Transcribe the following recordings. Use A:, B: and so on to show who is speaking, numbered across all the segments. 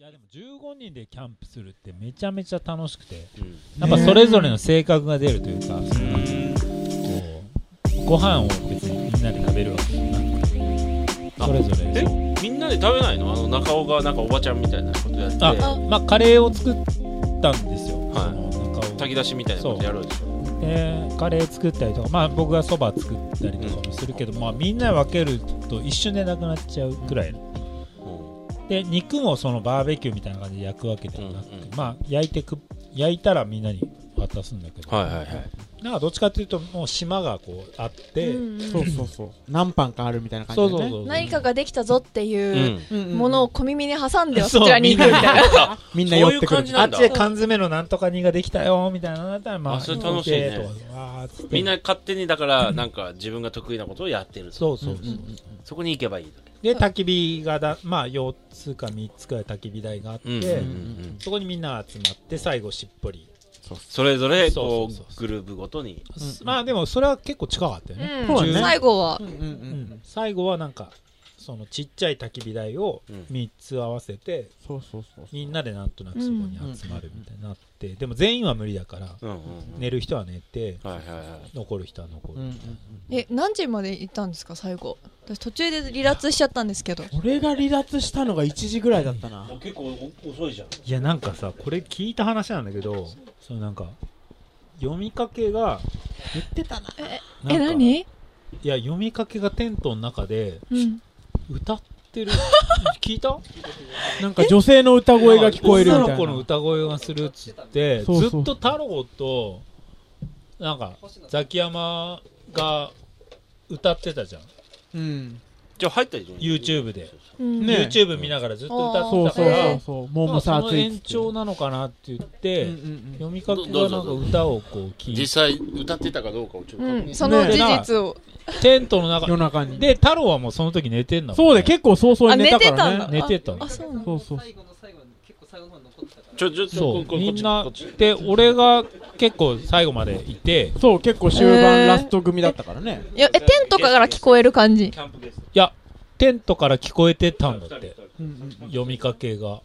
A: いやでも15人でキャンプするってめちゃめちゃ楽しくてやっぱそれぞれの性格が出るというか、こうご飯を別にみんなで食べるわけじゃなくて
B: あ
A: それぞれ
B: えみんなで食べないのあの中尾がなんかおばちゃんみたいなことやって
A: あまあカレーを作ったんですよ、
B: い
A: その中を
B: 炊き出しみたいなことやるでしょ
A: でカレー作ったりとかまあ僕がそば作ったりとかもするけど、まあみんなで分けると一瞬でなくなっちゃうくらいで肉もそのバーベキューみたいな感じで焼くわけではなくて、
B: うんうん
A: まあ焼いてく焼いたらみんなに渡すんだけど、
B: はいはいはい
A: なんかどっちかっていうともう島がこうあって、
C: そうそうそう。何パンかあるみたいな感じ
A: そう
C: でね。
A: そうそうそう
D: 何かができたぞっていう
C: うんうん
D: ものを小耳に挟んではそちらに行くみたい な。
C: みんな寄ってく
B: そういう感
C: る
B: じ。
A: あ
B: なん
A: っ
B: だ
A: ちで缶詰のなんとか煮ができたよみたいなのだったらまあ
B: あそれ楽しいね
A: 行けとかわーっつって
B: みんな勝手にだからなんか自分が得意なことをやってる
A: そうそうそう、
C: うんうんうん
B: そこに行けばいい
A: で焚き火がだまあ4つか3つくらい焚き火台があって、
B: うんうん
C: うん
B: うん
A: そこにみんな集まって最後しっぽり、
B: それぞれこ
A: そうそうそう
B: うグループごとに
C: うん
A: まあでもそれは結構近かったよね、
C: そうだね
D: 最後は
C: うんうん
A: う
C: うんん。
A: 最後はなんかそのちっちゃい焚き火台を
B: うん
A: 3つ合わせて
C: そうそうそう。
A: みんなでなんとなくそこに集まるみたいになって、でも全員は無理だから
B: うんうん
A: 寝る人は寝て
B: はいはいはい
A: 残る人は残る、
C: うんうんうん。
D: え何時まで行ったんですか最後私途中で離脱しちゃったんですけど
C: 俺が離脱したのが1時ぐらいだったな。
B: 結構遅いじゃん
A: いやなんかさこれ聞いた話なんだけどそのなんか読みかけが
C: 言ってたな。
A: なん
D: え
A: か
D: 何
A: いや読みかけがテントの中で
D: うん
A: 歌って る聞いた
C: なんか女性の歌声が聞こえるみた
A: 女の
C: い
A: 子の
C: な。
A: 歌声がするっつって
C: そうそう
A: ずっと太郎となんかザキヤマが歌ってたじゃん
C: うん。
B: じゃあ入ったり
A: YouTube で
D: うん
C: ね
A: YouTube 見ながらずっと歌
C: そ
A: っ
C: う
A: てた
C: そ
A: か
C: う
A: ら
C: そうそう。もう
A: まあそ
C: もさ
A: の
C: ついて
A: 延
C: きて。
A: 長なのかなって言って、
C: うんうんうん
A: 読みかけがなんか歌をこう聞いて
B: 実際歌ってたかどうかをちょっと
D: うんその事実を
A: テントの中
C: 夜中に。
A: で太郎はもうその時寝てんだもん
C: そうで、結構早々
D: あ
C: に
D: 寝
C: 寝た
D: て
C: か
D: た
C: ら
D: ん
C: ね
D: だ。
A: 寝てた
D: あそうなの
C: そうそう。
E: 最後の最後に結構最後の方に残ってたから
B: ちょちょちょ
A: そ
B: ここ
A: うみんな
B: こっちこっち
A: で俺が結構最後までいてい
C: そう、結構終盤ラスト組だったからね。
D: いやえテントから聞こえる感じ
B: キャンプです
A: やテントから聞こえてたんだって
C: うんうん
A: 読みかけが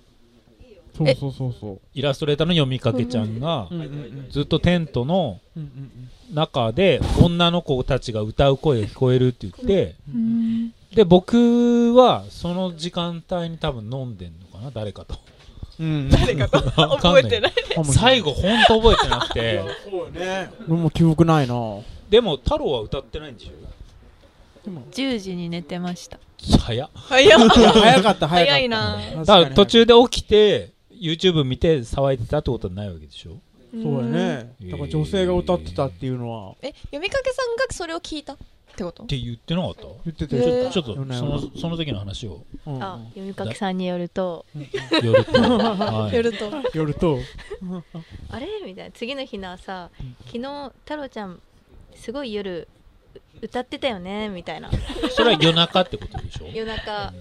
C: そうそうそうそう。
A: イラストレーターの読みかけちゃんが
C: うんうんうん
A: ずっとテントの
C: うんうん
A: 中で女の子たちが歌う声が聞こえるって言って
D: うん
A: で僕はその時間帯に多分飲んでんのかな誰かと
C: うん。
A: 覚えてない最
C: 後。
A: 後ほんと覚えてなく て
C: 俺も記憶ないな。
A: でも太郎は歌ってないんでしょ
F: 10時に寝てました
A: 早っ
D: 早っ
C: いや早かった、早かった。
D: 早いな
C: 確かに
A: だから途。中で起きて YouTube 見て騒いでたってことはないわけでしょ
C: そうやね。
A: うん
C: だから女性が歌ってたっていうのは、
D: え読みかけさんがそれを聞いたってこと
A: って言ってなかった
C: 言ってた
D: え
C: よ。
D: ー
A: ちょっとそのその時の話を
C: うんうん
F: あ読みかけさんによると
A: 夜 と、は
D: や
A: い、
D: ると
C: 夜と、
F: あれみたいな次の日の朝昨日太郎ちゃんすごい夜う歌ってたよねみたいな
A: それは夜中ってことでしょ
F: 夜中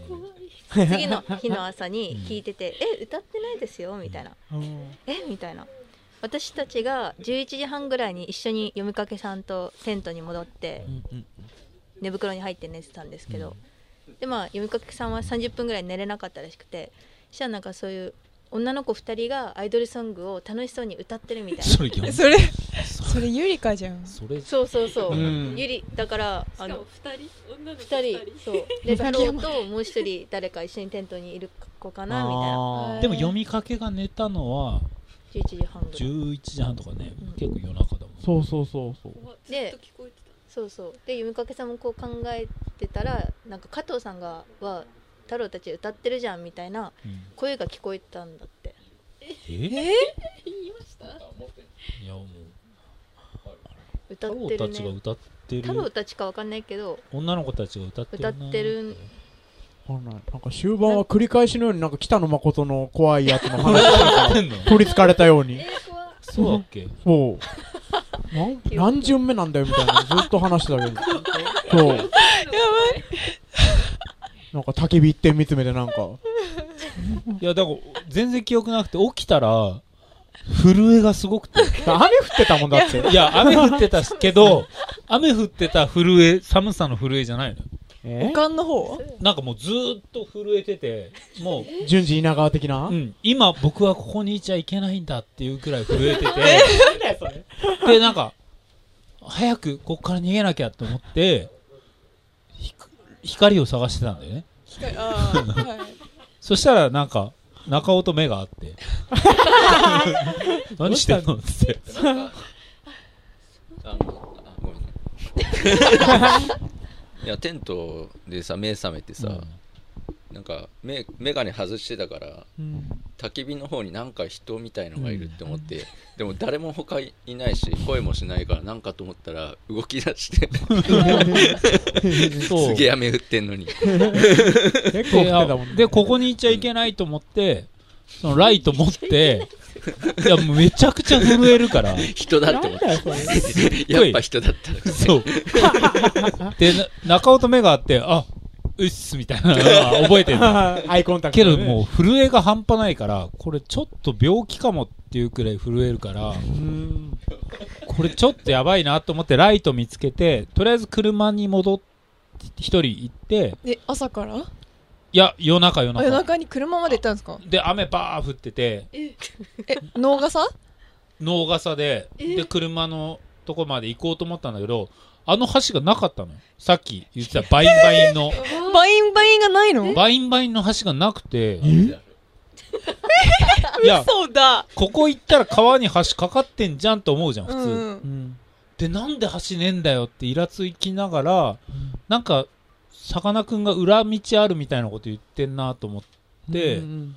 F: 次の日の朝に聞いてて「え歌ってないですよ」みたいな
C: うん
F: 「えみたいな私たちが11時半ぐらいに一緒に読みかけさんとテントに戻って寝袋に入って寝てたんですけど、でまあ読みかけさんは30分ぐらい寝れなかったらしくてそしたらなんかそういう女の子2人がアイドルソングを楽しそうに歌ってるみたいな
A: それ夜
D: それそれゆりかじゃん
A: それ
F: そうそうそう、
C: うん
F: ゆりだからあの
E: 2人女の
F: 2人そうで太郎ともう1人誰か一緒にテントにいる子かなみたいな
C: あー
A: でも読みかけが寝たのは
F: 11時半ぐらい
A: 11時半とかね、
F: うん
A: 結構夜中だもん
C: そうそうそうそう。
F: で
E: 聞こえて
F: そうそうで読みかけさんもこう考えてたらなんか加藤さんがは太郎たち歌ってるじゃんみたいな
A: うん
F: 声が聞こえたんだって
A: えいやもう
F: 歌っ
A: 太
F: て
A: 郎
F: る
A: たちが
F: ね
A: 歌って
F: 太郎
A: る
F: たちかわかんないけど
A: 女の子たちが歌ってるな
F: 歌ってる
C: わかんないなんか終盤は繰り返しのようになんか北野誠の怖いやつの話
A: 歌っ
C: が
A: てんの
C: 取り憑かれたように。
A: そうだっけ
C: そう。なん何巡目なんだよみたいなずっと話してたけど。そう。やばい。なんか焚き火一点見つめてなんか。
A: いやだから全然記憶なくて起きたら震えがすごくて
C: 雨降ってたもんだって。
A: いや雨降ってたけど雨降ってた震え寒さの震えじゃないのよ
C: え
D: かんの方
A: なんかもうずーっと震えててもう、
C: 順次稲川的な
A: うん、今僕はここにいちゃいけないんだっていうくらい震え ててでなんか早くここから逃げなきゃと思ってひ光を探してたんだよね
D: あーはい
A: そしたらなんか中尾と目があって 何してんのっつって
B: なんかあのあごめんね
G: いやテントでさ目覚めてさ、なんか目眼鏡外してたから
C: うん
G: 焚き火の方になんか人みたいのがいるって思って、でも誰も他いないし声もしないからなんかと思ったら動き出して
A: うんそう
G: すげえ雨降ってんのに
C: 結構降ってたもんね
A: でここにいちゃいけないと思って、そのライト持っていやもうめちゃくちゃ震えるから
G: 人だって思
C: な
G: っ
C: んだよそれ
G: て やっぱ人だったら
A: そうでな中尾と目があってあうっすみたいなのは覚えてる
C: アイコンタク
A: け
C: ト
A: ど
C: ね
A: もう震えが半端ないからこれちょっと病気かもっていうくらい震えるから
C: うん
A: これちょっとやばいなと思ってライト見つけてとりあえず車に戻って一人行って
D: で朝から
A: いや夜中夜
D: あ夜
A: 中
D: 中に車まで行ったんですか
A: で雨バー降ってて
D: え能がさ
A: 脳傘でで車のとこまで行こうと思ったんだけどあの橋がなかったのよさっき言ってたバインバインの
D: バインバインがないの
A: バインバインの橋がなくていや
D: そうだ
A: ここ行ったら川に橋かかってんじゃんと思うじゃん普
D: う
A: 通、
D: ん
C: うん
A: でなんで橋ねえんだよってイラつきながら、なんかさかなクンが裏道あるみたいなこと言ってんなと思って、
C: うん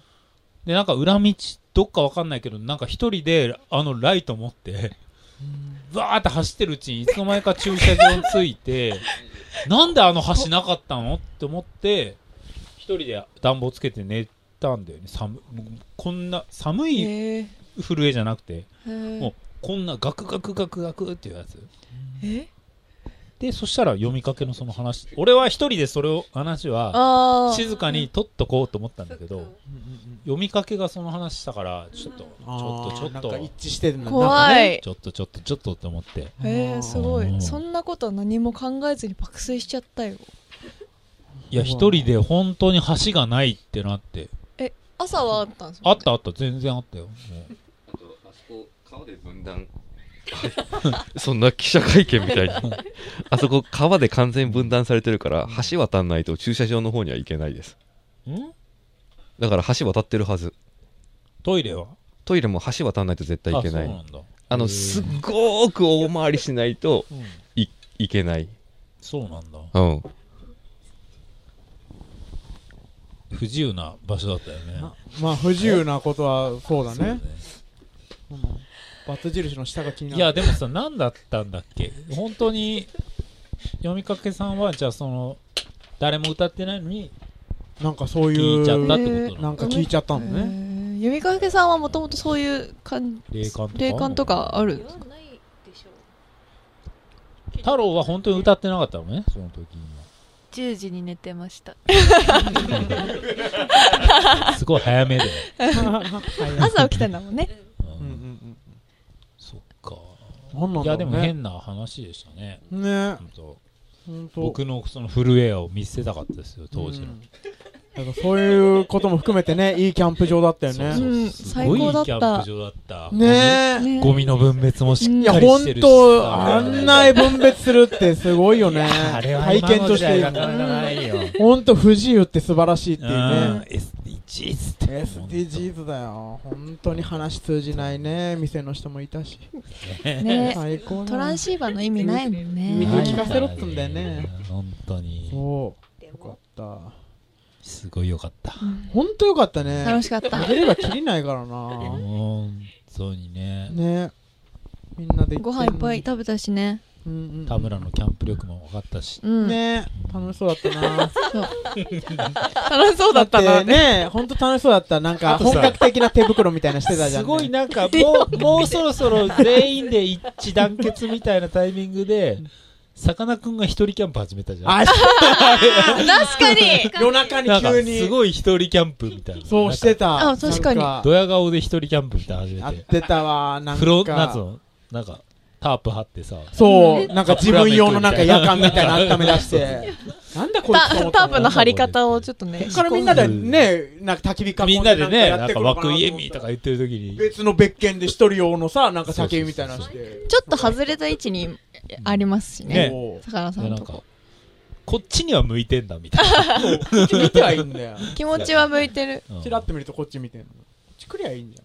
A: でなんか裏道どっかわかんないけどなんか一人であのライト持ってわーって走ってるうちにいつの間にか駐車場に着いてなんであの橋なかったのって思って一人で暖房つけて寝たんだよね寒もうこんな寒い
D: へえ
A: 震えじゃなくて
D: へ
A: もうこんなガクガクガクガクっていうやつ
D: え
A: でそしたら読みかけのその話俺は一人でそれを話は
D: ああ
A: 静かに取っとこうと思ったんだけど
C: うん
A: 読みかけがその話したからちょっとちょっとちょっ
C: なんか
A: と
C: 一致してるんだなんか
D: 怖
C: ね
D: い
A: ちょっとちょっとちょっとって思って
D: へえすご
A: う
D: い
A: ん
D: そんなことは何も考えずに爆睡しちゃったよ
A: いや
C: うわ
A: 一人で本当に橋がないってなって
D: え朝はあったんです
A: あったあった全然あったよもう
G: あとあそこ川で分断
H: そんな記者会見み たいにあそこ川で完全に分断されてるから橋渡んないと駐車場の方には行けないです
A: ん
H: だから橋渡ってるはず
A: トイレは
H: トイレも橋渡んないと絶対行けな
A: あ
H: い
A: そう
H: あ
A: なんだ
H: のすっごーく大回りしないと
A: うん
H: 行けない
A: そうなんだ
H: うん
A: 不自由な場所だったよね
C: まあ不自由なことはそうだね
A: そう
C: うんバツ印の下が気に
A: ね
C: ないる
A: やでもさ何だったんだっけ本当に読みかけさんはじゃあその誰も歌ってないのに
C: なんかそうい
A: 聞いちゃっ
C: う
A: たってこと
C: な
A: なんの
C: か聞いちゃったの
D: へ
C: ね
D: ー読みかけさんはもともとそういう感
A: 霊感とか
D: 霊感とかあるんですか
F: 言わないでしょ
A: 太郎は本当に歌ってなかったのねその時に
I: 10時に寝てました
A: はすごい早めで
D: 朝起きたんだも んね
A: うん
C: うんうん
A: そっか
C: うんなんなん
A: い
C: だ
A: や
C: ろ
A: で
C: う
A: も
C: ね
A: 変な話でしたね
C: ね
A: 本当
C: 本当
A: 僕のその震えを見せたかったですよ当時の、
C: うんなんかそういうことも含めてねいいキャンプ場だったよ
A: そう
C: ね
A: そう
D: うん
A: す
D: 最
A: ごい
D: 高だった
A: キャンプ場だった
C: ねえ
D: ね
A: ゴミの分別もし
C: い
A: っ
C: や
A: かり
C: 本
A: してるし
C: 当
A: さ
C: あんな分別するってすごいよね
A: あれは
C: 体
A: 今
C: 験
A: の
C: と
A: 時
C: し
A: 代
C: て
A: なかなかないよ
C: 本当不自由って素晴らしいっていうね
A: SDGs って
C: SDGs だよ本当に話通じないね店の人もいたし
D: ね
C: 最高
D: トランシーバーの意味ないもん
C: 見
D: ね
C: て聞かせろっつんだよね
A: 本当に
C: そう
F: で
C: よか
F: も
C: った
A: すごいよかった
C: 本当よかったね
D: 楽しかった
C: 食べれば切りないからな
A: 本当にね
C: ねみんなで行
D: ご
C: ってんのに
D: 飯いっぱい食べたしね
C: うんうんうん
A: 田村のキャンプ力も分かったし
D: うん
C: ね楽しそうだったな
D: 楽しそうだ
C: だ
D: っ
C: ったて
D: な
C: ね本当楽しそうだったなんか
A: あとさ
C: 本格的な手袋みたいなしてたじゃ
A: す
C: んね
A: ごいなんかもうもうそろそろ全員で一致団結みたいなタイミングでさかなクンが一人キャンプ始めたじゃん
C: あ
D: 確かに
C: 夜
A: な
C: 中
A: ん
C: に
A: かす
C: 急に
A: ごい一人キャンプみたいな
C: そうして
A: た
C: た
D: あ確かに
C: なん
A: ドヤ顔で一人キャンプみたいなの始
C: やっ
A: めて
C: てたわなんか
A: 風呂なんつうのなんかタープ張ってさ
C: そう、なんか自分用のなんか夜間みたいなの温め出して、なんだこいつと思
D: タ
C: った
D: タ
C: の
D: ープの張り方をちょっとね
C: こっからみんなでね、なんか焚き火囲んで
A: みんなでね
C: や
A: な
C: っ
A: ん
C: て
A: か
C: くの
A: 枠
C: な
A: 家
C: 思っ
A: みと
C: たら
A: か言ってる時に
C: 別の別件で一人用のさ、なんか酒みたいなのして。
D: ちょっと外れた位置にありますし
A: ね
D: ね
C: そう
D: 坂田さん
A: な
D: の
A: ん
D: と
A: か
D: こ
A: こっちには向いてんだみたい
C: こっち見てはいいんだよ。
D: 気持ちは向いてる
A: なうん
C: チラッと見るとこっち見てんの。こっち来りゃいいんじ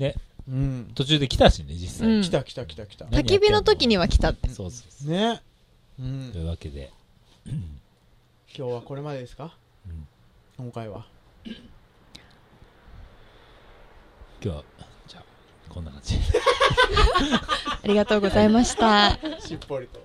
C: ゃん。
A: ね。
C: うん。
A: 途中で来たしね実際、
D: うん
C: 来た来た来た来た。
A: ね
D: 焚き火の時には来た
A: そうそうそ
C: ね。う。
A: うんというわけで
C: 今日はこれまでですか
A: うん
C: 今回は。
A: 今日はじゃあこんな感じ
D: ありがとうございました
C: しっぽりと。